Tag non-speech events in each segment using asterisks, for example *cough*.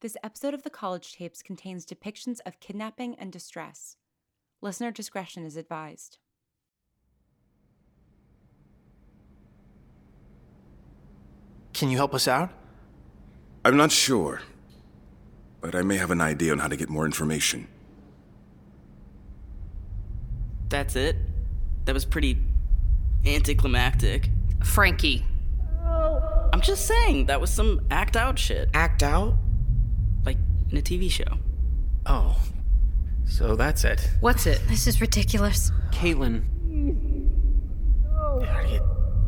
This episode of the College Tapes contains depictions of kidnapping and distress. Listener discretion is advised. Can you help us out? I'm not sure, but I may have an idea on how to get more information. That's it? That was pretty anticlimactic. Frankie. I'm just saying, that was some act out shit, Act out? like in a TV show. Oh. So that's it. What's it? This is ridiculous. Caitlin, How do you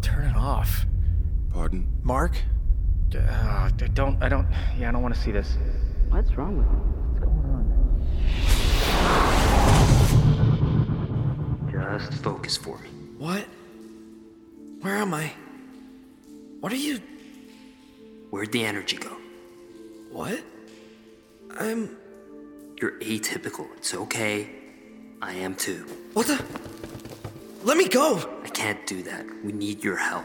turn it off? Pardon? Mark? D- ah, I don't, I don't, yeah, I don't want to see this. What's wrong with him? Just focus for me. What? Where am I? What are you. Where'd the energy go? What? I'm. You're atypical. It's okay. I am too. What the? Let me go! I can't do that. We need your help.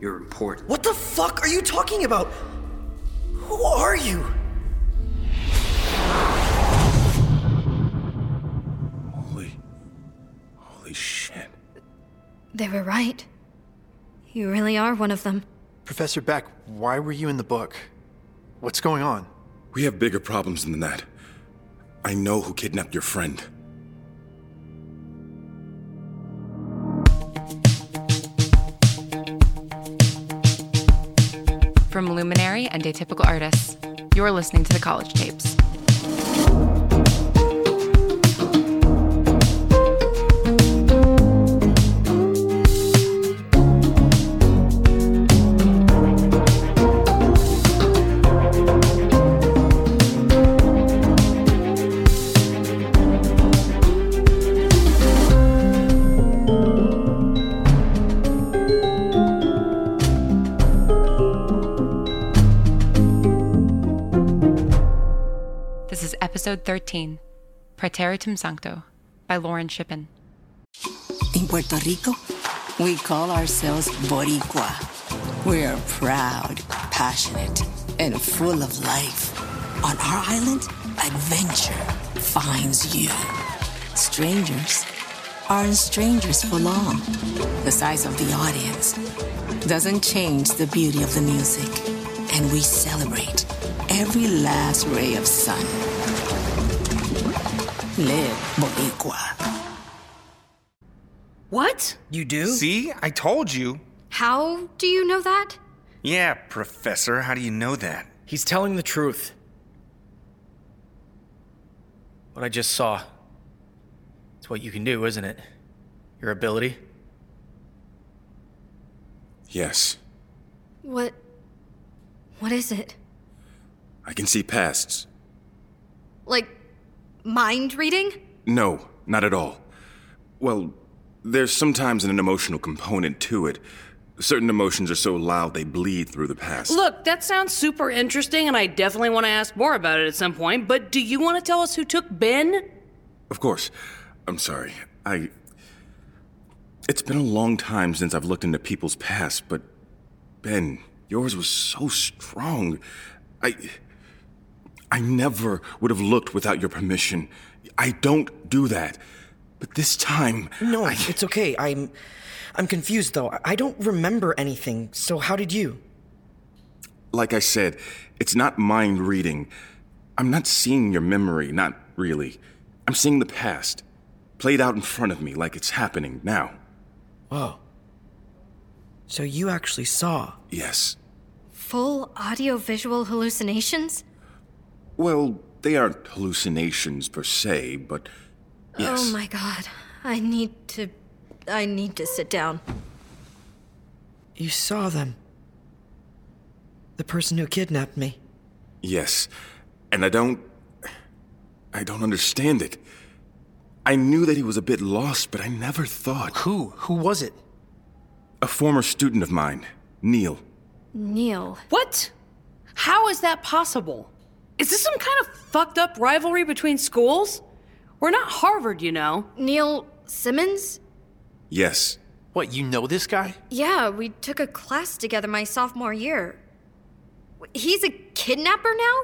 You're important. What the fuck are you talking about? Who are you? Holy. Holy shit. They were right. You really are one of them. Professor Beck, why were you in the book? What's going on? We have bigger problems than that. I know who kidnapped your friend. From Luminary and Atypical Artists, you're listening to the College Tapes. This is episode 13, Praeteritum Sancto, by Lauren Shippen. In Puerto Rico, we call ourselves Boricua. We're proud, passionate, and full of life. On our island, adventure finds you. Strangers aren't strangers for long. The size of the audience doesn't change the beauty of the music, and we celebrate every last ray of sun. Live Boricua. What? You do? See? I told you. How do you know that? Yeah, Professor, how do you know that? He's telling the truth. What I just saw. It's what you can do, isn't it? Your ability. Yes. What. What is it? I can see pasts. Like. mind reading? No, not at all. Well, there's sometimes an emotional component to it. Certain emotions are so loud they bleed through the past. Look, that sounds super interesting, and I definitely want to ask more about it at some point, but do you want to tell us who took Ben? Of course. I'm sorry. I. It's been a long time since I've looked into people's past, but. Ben, yours was so strong. I. I never would have looked without your permission. I don't do that. But this time. No, I, it's okay. I'm I'm confused though. I- I don't remember anything. So how did you? like I said, it's not mind reading. I'm not seeing your memory, not really. I'm seeing the past, played out in front of me like it's happening now. Whoa. So you actually saw. Yes. Full audiovisual hallucinations? Well, they aren't hallucinations per se, but. Yes. Oh my god. I need to. I need to sit down. You saw them. The person who kidnapped me. Yes. And I don't. I don't understand it. I knew that he was a bit lost, but I never thought. Who? Who was it? A former student of mine, Neil. Neil. What? How is that possible? Is this some kind of fucked up rivalry between schools? We're not Harvard, you know. Neil Simmons? Yes. What, you know this guy? Yeah, we took a class together my sophomore year. W- He's a kidnapper now?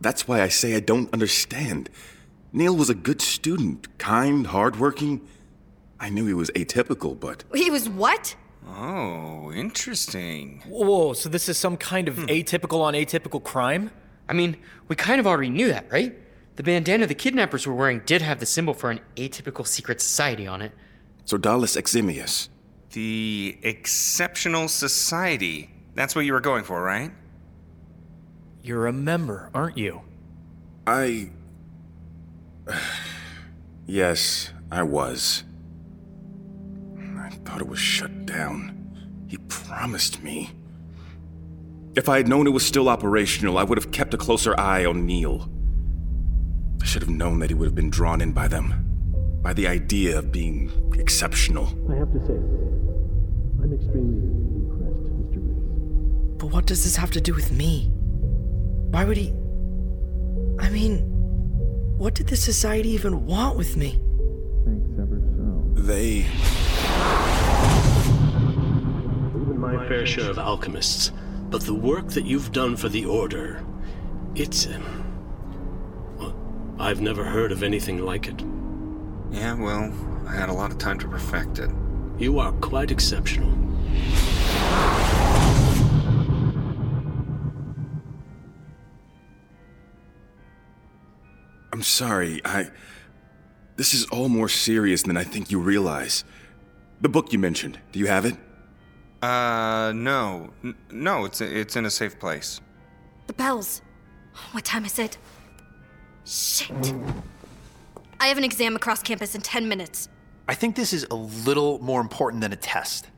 That's why I say I don't understand. Neil was a good student, kind, hardworking. I knew he was atypical, but. He was what? Oh, interesting. Whoa, so this is some kind of atypical on atypical crime? I mean, we kind of already knew that, right? The bandana the kidnappers were wearing did have the symbol for an atypical secret society on it. Sordalis Eximius. The Exceptional Society. That's what you were going for, right? You're a member, aren't you? I. *sighs* yes, I was. I thought it was shut down. He promised me. If I had known it was still operational, I would have kept a closer eye on Neil. I should have known that he would have been drawn in by them, by the idea of being exceptional. I have to say, I'm extremely impressed, Mr. Riggs. But what does this have to do with me? Why would he. I mean, what did the society even want with me? Thanks ever so. They. Even my fair share of alchemists, but the work that you've done for the Order, it's. Um, I've never heard of anything like it. Yeah, well, I had a lot of time to perfect it. You are quite exceptional. I'm sorry, I. This is all more serious than I think you realize. The book you mentioned, do you have it? Uh, no. N- no, it's, it's in a safe place. The bells. What time is it? Shit. I have an exam across campus in 10 minutes. I think this is a little more important than a test.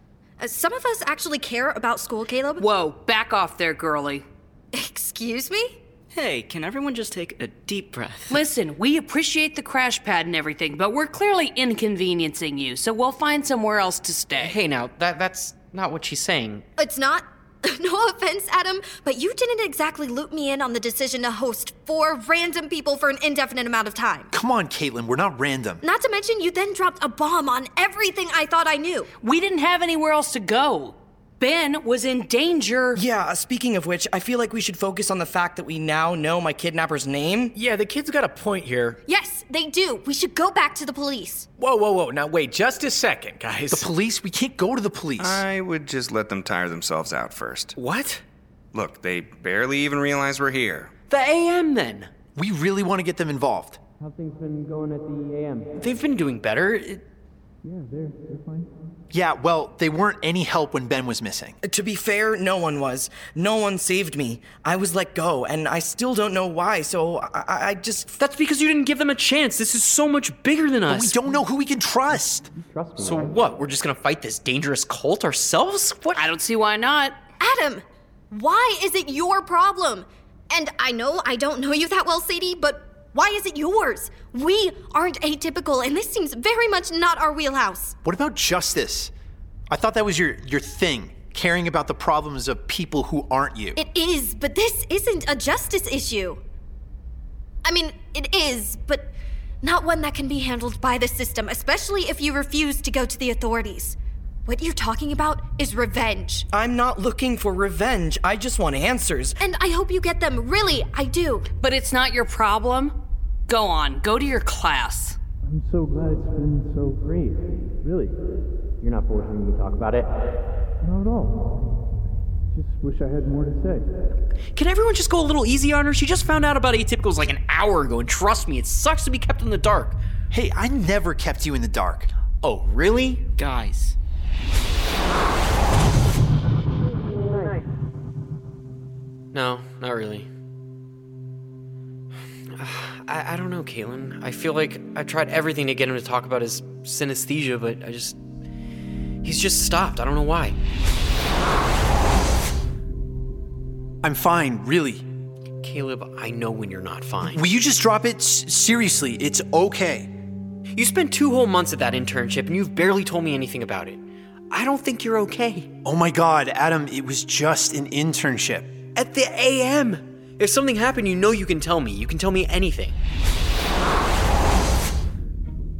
Uh, some of us actually care about school, Caleb. *laughs* Whoa, back off there, girly. Excuse me? Hey, can everyone just take a deep breath? Listen, we appreciate the crash pad and everything, but we're clearly inconveniencing you, so we'll find somewhere else to stay. Hey, now, that, that's not what she's saying. It's not? *laughs* no offense, Adam, but you didn't exactly loop me in on the decision to host four random people for an indefinite amount of time. Come on, Caitlin, we're not random. Not to mention, you then dropped a bomb on everything I thought I knew. We didn't have anywhere else to go. Ben was in danger. Yeah, uh, speaking of which, I feel like we should focus on the fact that we now know my kidnapper's name. Yeah, the kid's got a point here. Yes, they do. We should go back to the police. Whoa, whoa, whoa. Now, wait just a second, guys. The police? We can't go to the police. I would just let them tire themselves out first. What? Look, they barely even realize we're here. The AM then. We really want to get them involved. How things been going at the AM? They've been doing better. It... Yeah, they're, they're fine. Yeah, well, they weren't any help when Ben was missing. To be fair, no one was. No one saved me. I was let go, and I still don't know why, so I, I just. That's because you didn't give them a chance. This is so much bigger than us. But we don't know who we can trust. trust me, so right? what? We're just gonna fight this dangerous cult ourselves? What? I don't see why not. Adam, why is it your problem? And I know I don't know you that well, Sadie, but why is it yours? We aren't atypical, and this seems very much not our wheelhouse. What about justice? I thought that was your, your thing, caring about the problems of people who aren't you. It is, but this isn't a justice issue. I mean, it is, but not one that can be handled by the system, especially if you refuse to go to the authorities. What you're talking about is revenge. Uh, I'm not looking for revenge. I just want answers. And I hope you get them. Really, I do. But it's not your problem. Go on, go to your class. I'm so glad it's been so brief. Really. You're not forcing me to talk about it. Not at all. Just wish I had more to say. Can everyone just go a little easy on her? She just found out about atypicals like an hour ago, and trust me, it sucks to be kept in the dark. Hey, I never kept you in the dark. Oh, really? Guys. No, not really. *sighs* I, I don't know, Kalen. I feel like I tried everything to get him to talk about his synesthesia, but I just. He's just stopped. I don't know why. I'm fine, really. Caleb, I know when you're not fine. Will you just drop it? S- seriously, it's okay. You spent two whole months at that internship and you've barely told me anything about it. I don't think you're okay. Oh my god, Adam, it was just an internship. At the AM! If something happened, you know you can tell me. You can tell me anything.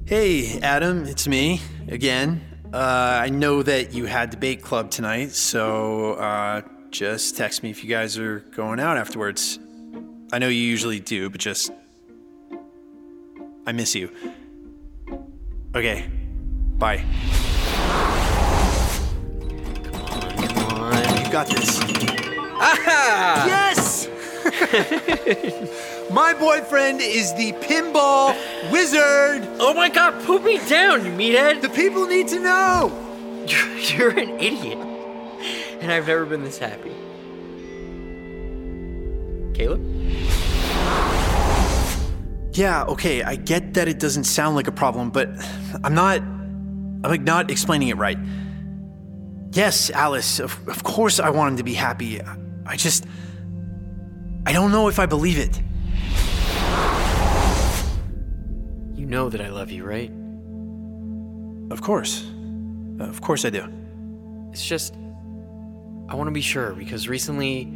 Hey, Adam, it's me again. Uh, I know that you had debate club tonight, so uh, just text me if you guys are going out afterwards. I know you usually do, but just. I miss you. Okay. Bye. You got this. Ah! Yes! *laughs* my boyfriend is the pinball wizard! Oh my god, put me down, you meathead! The people need to know! You're an idiot. And I've never been this happy. Caleb? Yeah, okay, I get that it doesn't sound like a problem, but I'm not. I'm like not explaining it right. Yes, Alice, of, of course I want him to be happy. I- I just. I don't know if I believe it. You know that I love you, right? Of course. Of course I do. It's just. I want to be sure because recently.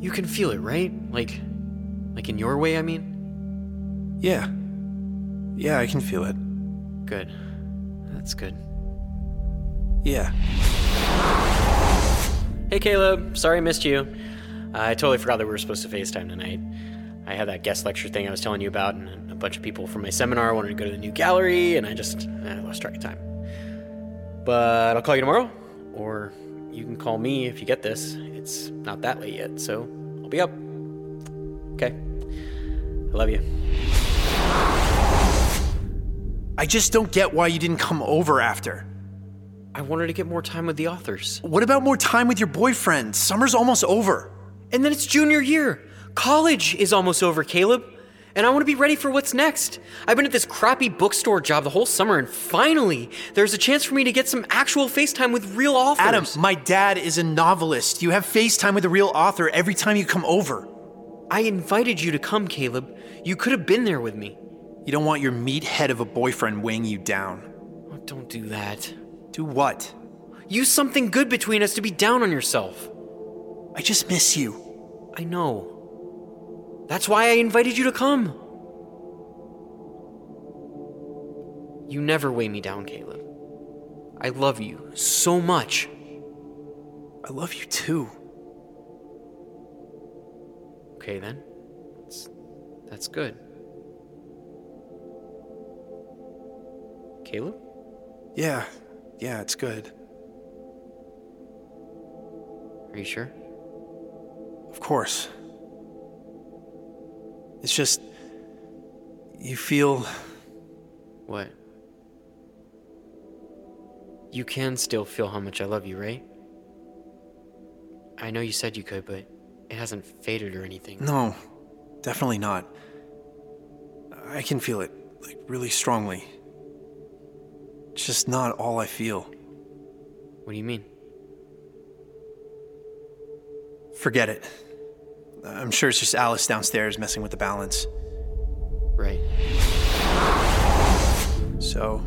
You can feel it, right? Like. Like in your way, I mean? Yeah. Yeah, I can feel it. Good. That's good. Yeah. Hey, Caleb. Sorry I missed you. Uh, I totally forgot that we were supposed to FaceTime tonight. I had that guest lecture thing I was telling you about, and a bunch of people from my seminar wanted to go to the new gallery, and I just I lost track of time. But I'll call you tomorrow, or you can call me if you get this. It's not that late yet, so I'll be up. Okay. I love you. I just don't get why you didn't come over after. I wanted to get more time with the authors. What about more time with your boyfriend? Summer's almost over. And then it's junior year. College is almost over, Caleb. And I want to be ready for what's next. I've been at this crappy bookstore job the whole summer, and finally, there's a chance for me to get some actual FaceTime with real authors. Adam, my dad is a novelist. You have FaceTime with a real author every time you come over. I invited you to come, Caleb. You could have been there with me. You don't want your meathead of a boyfriend weighing you down. Oh, don't do that. Do what? Use something good between us to be down on yourself. I just miss you. I know. That's why I invited you to come. You never weigh me down, Caleb. I love you so much. I love you too. Okay, then. That's, that's good. Caleb? Yeah, yeah, it's good. Are you sure? Of course. It's just. You feel. What? You can still feel how much I love you, right? I know you said you could, but it hasn't faded or anything. No, definitely not. I can feel it, like, really strongly. It's just not all I feel. What do you mean? Forget it. I'm sure it's just Alice downstairs messing with the balance. Right. So.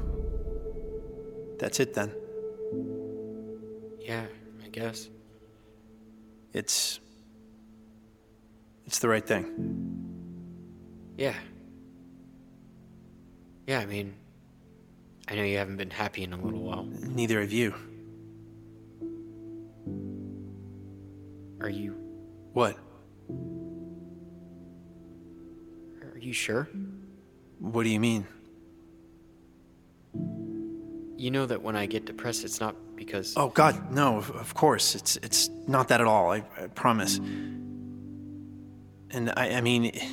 That's it then. Yeah, I guess. It's. It's the right thing. Yeah. Yeah, I mean, I know you haven't been happy in a little while. Neither of you. Are you What? are you sure? What do you mean? You know that when I get depressed, it's not because Oh God, no! Of, of course, it's it's not that at all. I, I promise. And I, I mean, it,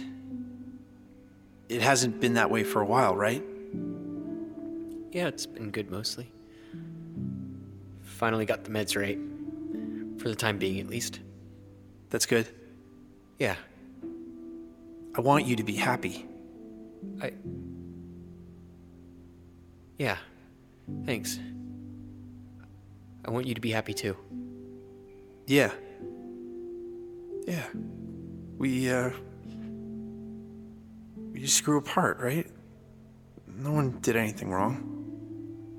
it hasn't been that way for a while, right? Yeah, it's been good mostly. Finally got the meds right. For the time being, at least. That's good. Yeah, I want you to be happy. I. Yeah. Thanks. I want you to be happy too. Yeah. Yeah. We uh. We just grew apart, right? No one did anything wrong.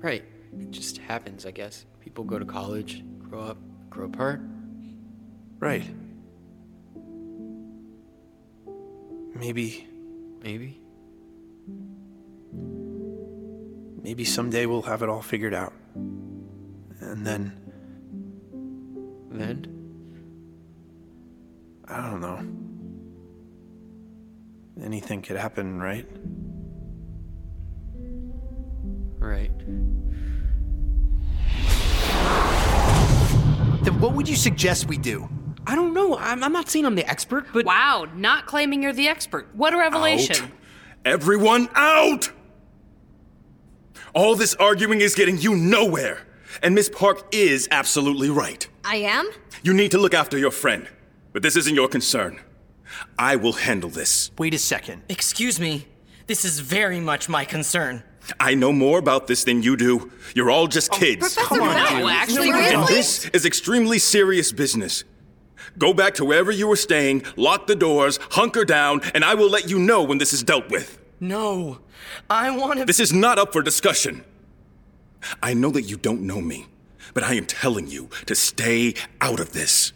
Right. It just happens, I guess. People go to college, grow up, grow apart. Right. Maybe, Maybe. maybe someday we'll have it all figured out. And then. Then? I don't know. anything could happen, right? Right. Then what would you suggest we do? I don't know. I'm, I'm not saying I'm the expert, but. Wow, not claiming you're the expert. What a revelation. Out. Everyone out! All this arguing is getting you nowhere. And Miss Park is absolutely right. I am? You need to look after your friend, but this isn't your concern. I will handle this. Wait a second. Excuse me. This is very much my concern. I know more about this than you do. You're all just kids. Professor Matt, Well, actually, seriously? And this is extremely serious business. Go back to wherever you were staying, lock the doors, hunker down, and I will let you know when this is dealt with. No. I want to. This is not up for discussion. I know that you don't know me, but I am telling you to stay out of this.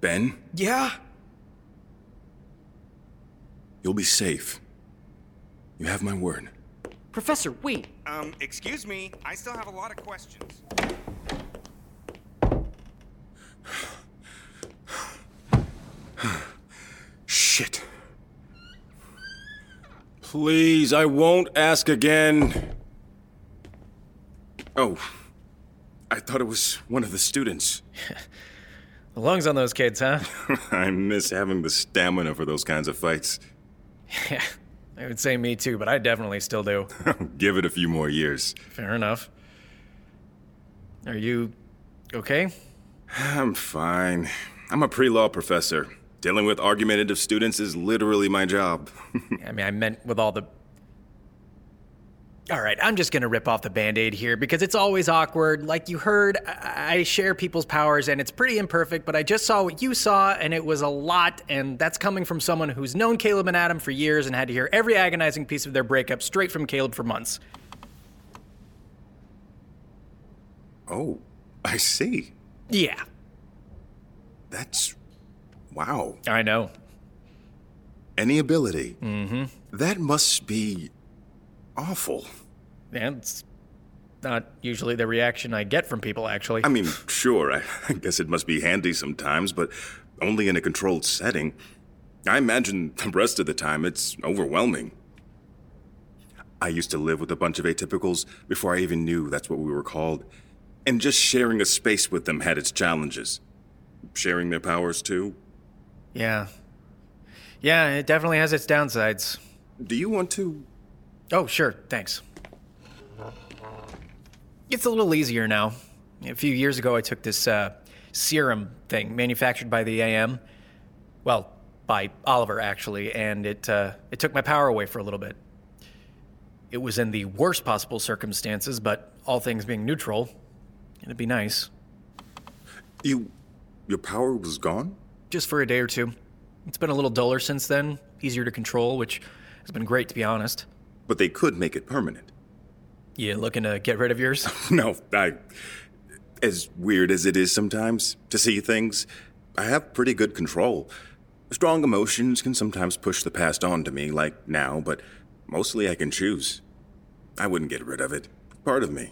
Ben, Yeah? you'll be safe. You have my word. Professor, wait. Um, excuse me. I still have a lot of questions. Shit. Please, I won't ask again. Oh, I thought it was one of the students. The lungs on those kids, huh? *laughs* I miss having the stamina for those kinds of fights. *laughs* yeah. I would say me too, but I definitely still do. Give it a few more years. Fair enough. Are you okay? I'm fine. I'm a pre law professor. Dealing with argumentative students is literally my *laughs* job. I mean, I meant with all the. All right, I'm just gonna rip off the band aid here because it's always awkward. Like you heard, I-, I share people's powers and it's pretty imperfect, but I just saw what you saw and it was a lot, and that's coming from someone who's known Caleb and Adam for years and had to hear every agonizing piece of their breakup straight from Caleb for months. oh, I see. Yeah, That's. Wow. I know. Any ability. Mm hmm. That must be. awful. And it's not usually the reaction I get from people, actually. I mean, sure, I, *laughs* I guess it must be handy sometimes, but only in a controlled setting. I imagine *laughs* the rest of the time it's overwhelming. I used to live with a bunch of atypicals before I even knew that's what we were called, and just sharing a space with them had its challenges. Sharing their powers too. yeah. Yeah, it definitely has its downsides. Do you want to? Oh, sure, thanks. It's a little easier now. A few years ago, I took this uh, serum thing manufactured by the AM. Well, by Oliver, actually, and it, uh, it took my power away for a little bit. It was in the worst possible circumstances, but all things being neutral, it'd be nice. You. Your power was gone? just for a day or two. It's been a little duller since then, easier to control, which has been great to be honest. But they could make it permanent. You looking to get rid of yours? *laughs* *laughs* No, I. As weird as it is sometimes to see things, I have pretty good control. Strong emotions can sometimes push the past on to me, like now, but mostly I can choose. I wouldn't get rid of it. Part of me.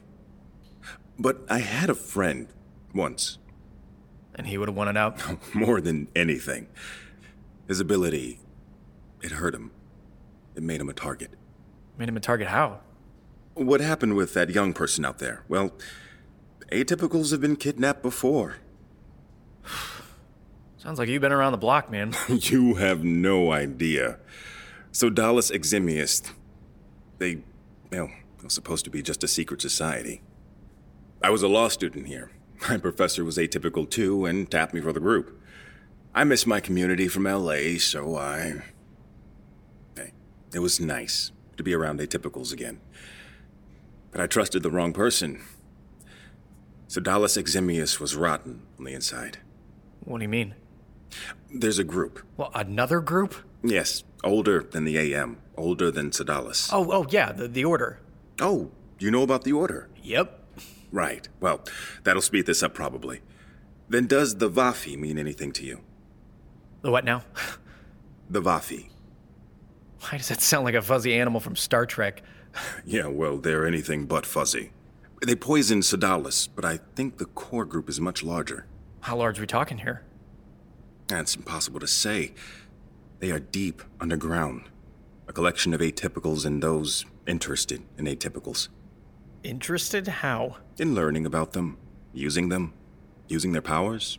But I had a friend once, *laughs* and he would have wanted out. more than anything. His ability, it hurt him. It made him a target. Made him a target how? What happened with that young person out there? Well, atypicals have been kidnapped before. Sounds like you've been around the block, man. *laughs* You have no idea. So Dallas Eximius, they, well, it was supposed to be just a secret society. I was a law student here. My professor was atypical too and tapped me for the group. I miss my community from LA, so I. Hey, it was nice to be around atypicals again. But I trusted the wrong person. So Dallas Eximius was rotten on the inside. what do you mean? There's a group. Well, another group? Yes, older than the AM, older than Sedalis. Oh, oh yeah, the, the order. Oh, you know about the Order? Yep. Right. Well, that'll speed this up probably. Then does the Vafi mean anything to you? The what now? *laughs* The Vafi. Why does that sound like a fuzzy animal from Star Trek? Yeah, well, they're anything but fuzzy. They poisoned Sedalis, but I think the core group is much larger. How large are we talking here? And it's impossible to say. They are deep underground, a collection of atypicals and those interested in atypicals. Interested how? In learning about them, using them, using their powers.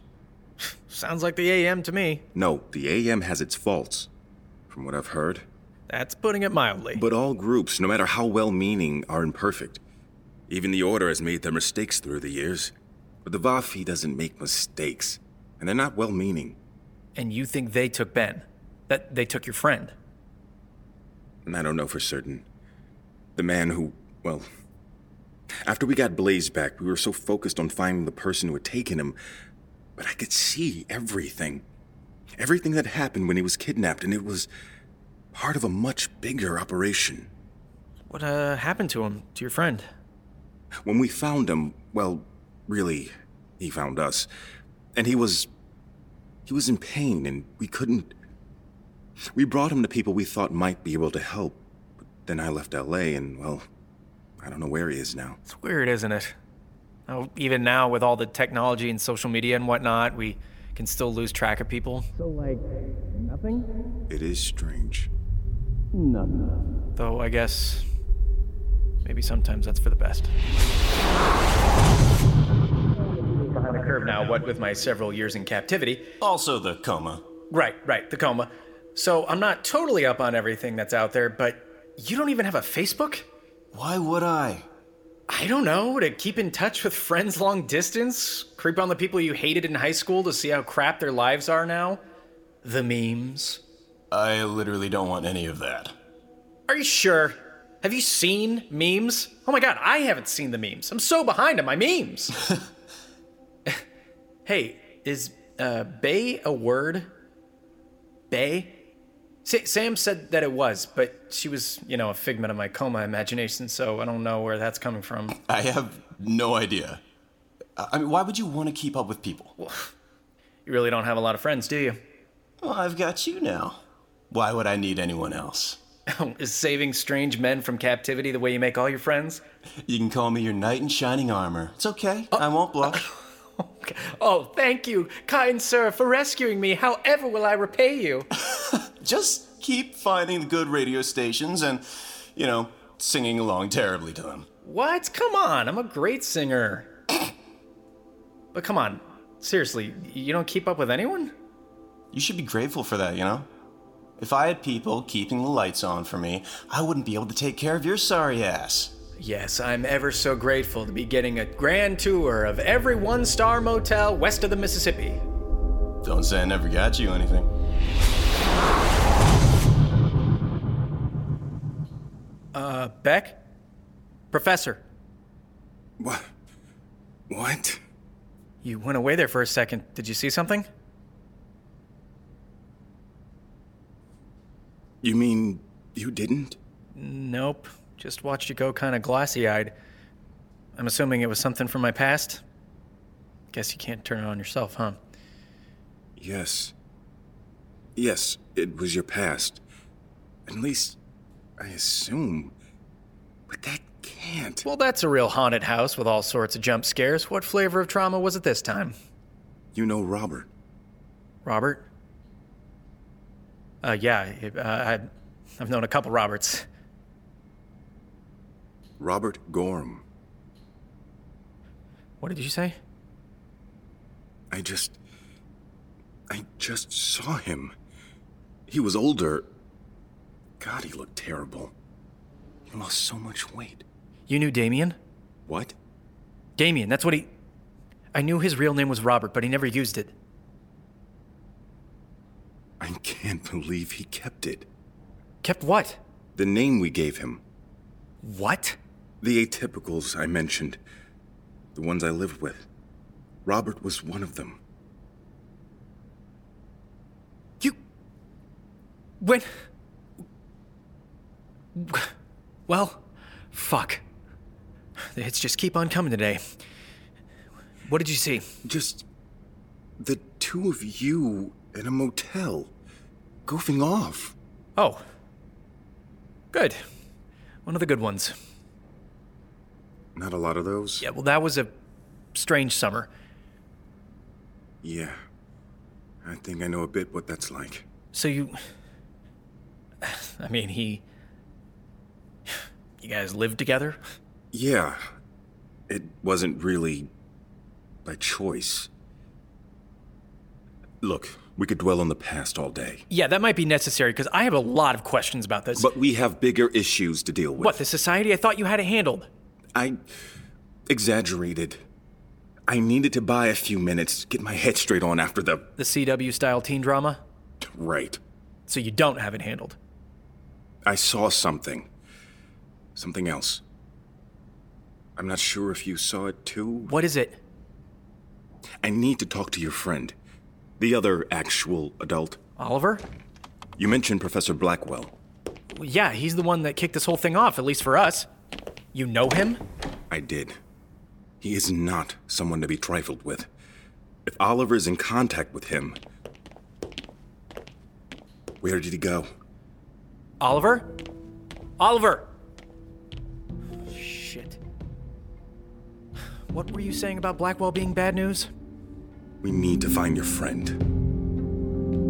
Sounds like the AM to me. No, the AM has its faults, from what I've heard. That's putting it mildly. But all groups, no matter how well meaning, are imperfect. Even the Order has made their mistakes through the years. But the Vafi doesn't make mistakes, and they're not well meaning. And you think they took Ben? That they took your friend? And I don't know for certain. The man who, well, after we got Blaze back, we were so focused on finding the person who had taken him, but I could see everything. Everything that happened when he was kidnapped, and it was part of a much bigger operation. What uh, happened to him, to your friend? When we found him, well, really, he found us. And he was. he was in pain, and we couldn't. We brought him to people we thought might be able to help, but then I left LA, and, well, I don't know where he is now. It's weird, isn't it? Oh, even now, with all the technology and social media and whatnot, we can still lose track of people. So, like, nothing? It is strange. Nothing. Though, I guess maybe sometimes that's for the best. On the curve now, what with my several years in captivity. Also, the coma. Right, right, the coma. So, I'm not totally up on everything that's out there, but you don't even have a Facebook? Why would I? I don't know, to keep in touch with friends long distance? Creep on the people you hated in high school to see how crap their lives are now? The memes? I literally don't want any of that. Are you sure? Have you seen memes? Oh my god, I haven't seen the memes. I'm so behind on my memes. hey, is uh, bay a word? Bay? Sam said that it was, but she was, you know, a figment of my coma imagination, so I don't know where that's coming from. I have no idea. I mean, why would you want to keep up with people? Well, you really don't have a lot of friends, do you? *laughs* Well, I've got you now. Why would I need anyone else? Is saving strange men from captivity the way you make all your friends? You can call me your knight in shining armor. It's okay. Oh. I won't blush. Okay. Oh, thank you, kind sir, for rescuing me. However, will I repay you? Just keep finding good radio stations and, you know, singing along terribly to them. What? Come on, I'm a great singer. but come on, seriously, you don't keep up with anyone? You should be grateful for that, you know? If I had people keeping the lights on for me, I wouldn't be able to take care of your sorry ass. Yes, I'm ever so grateful to be getting a grand tour of every one star motel west of the Mississippi. Don't say I never got you anything. Uh, Beck? Professor. What? What? You went away there for a second. Did you see something? You mean you didn't? Nope. Just watched you go kind of glossy eyed. I'm assuming it was something from my past? Guess you can't turn it on yourself, huh? Yes. Yes, it was your past. At least, I assume. But that can't. Well, that's a real haunted house with all sorts of jump scares. What flavor of trauma was it this time? You know Robert. Robert? Uh, yeah, uh, I, I've known a couple Roberts. Robert Gorm. What did you say? I just. I just saw him. He was older. God, he looked terrible. He lost so much weight. You knew Damien? What? Damien, that's what he. I knew his real name was Robert, but he never used it. I can't believe he kept it. Kept what? The name we gave him. What? The atypicals I mentioned. The ones I lived with. Robert was one of them. You. When. Well, fuck. The hits just keep on coming today. What did you see? Just. the two of you in a motel. goofing off. Oh. Good. One of the good ones. Not a lot of those? Yeah, well, that was a strange summer. Yeah. I think I know a bit what that's like. So you. *sighs* I mean, he. *sighs* You guys lived together? Yeah. It wasn't really by choice. Look, we could dwell on the past all day. Yeah, that might be necessary because I have a lot of questions about this. But we have bigger issues to deal with. what, the society? I thought you had it handled. I exaggerated. I needed to buy a few minutes to get my head straight on after the. The CW style teen drama? Right. So you don't have it handled. I saw something. Something else. I'm not sure if you saw it too. What is it? I need to talk to your friend. The other actual adult. Oliver? You mentioned Professor Blackwell. Well, yeah, he's the one that kicked this whole thing off, at least for us. You know him? I did. He is not someone to be trifled with. If Oliver is in contact with him. Where did he go? Oliver? Oliver! Shit. *sighs* What were you saying about Blackwell being bad news? We need to find your friend.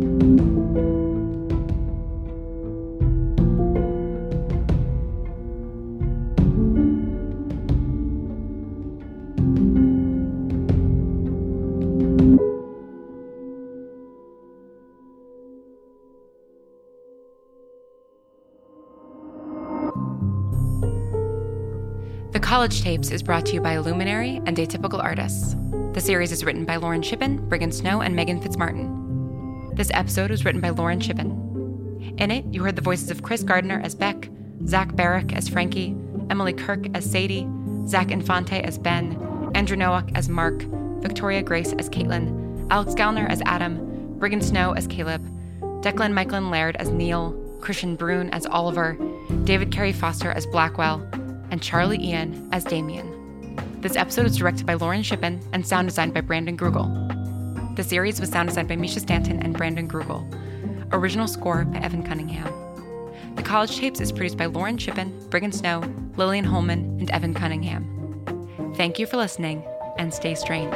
The College Tapes is brought to you by Luminary and Atypical Artists. The series is written by Lauren Shippen, Brigham Snow, and Megan Fitzmartin. This episode was written by Lauren Shippen. In it, you heard the voices of Chris Gardner as Beck, Zach Barrick as Frankie, Emily Kirk as Sadie, Zach Infante as Ben, Andrew Nowak as Mark, Victoria Grace as Caitlin, Alex Gallner as Adam, Brigham Snow as Caleb, Declan Michaelin Laird as Neil, Christian Brune as Oliver, David Carey Foster as Blackwell, and Charlie Ian as Damien. This episode was directed by Lauren Shippen and sound designed by Brandon Grugel. The series was sound designed by Misha Stanton and Brandon Grugel. Original score by Evan Cunningham. The College Tapes is produced by Lauren Shippen, Brigham Snow, Lillian Holman, and Evan Cunningham. Thank you for listening and stay strange.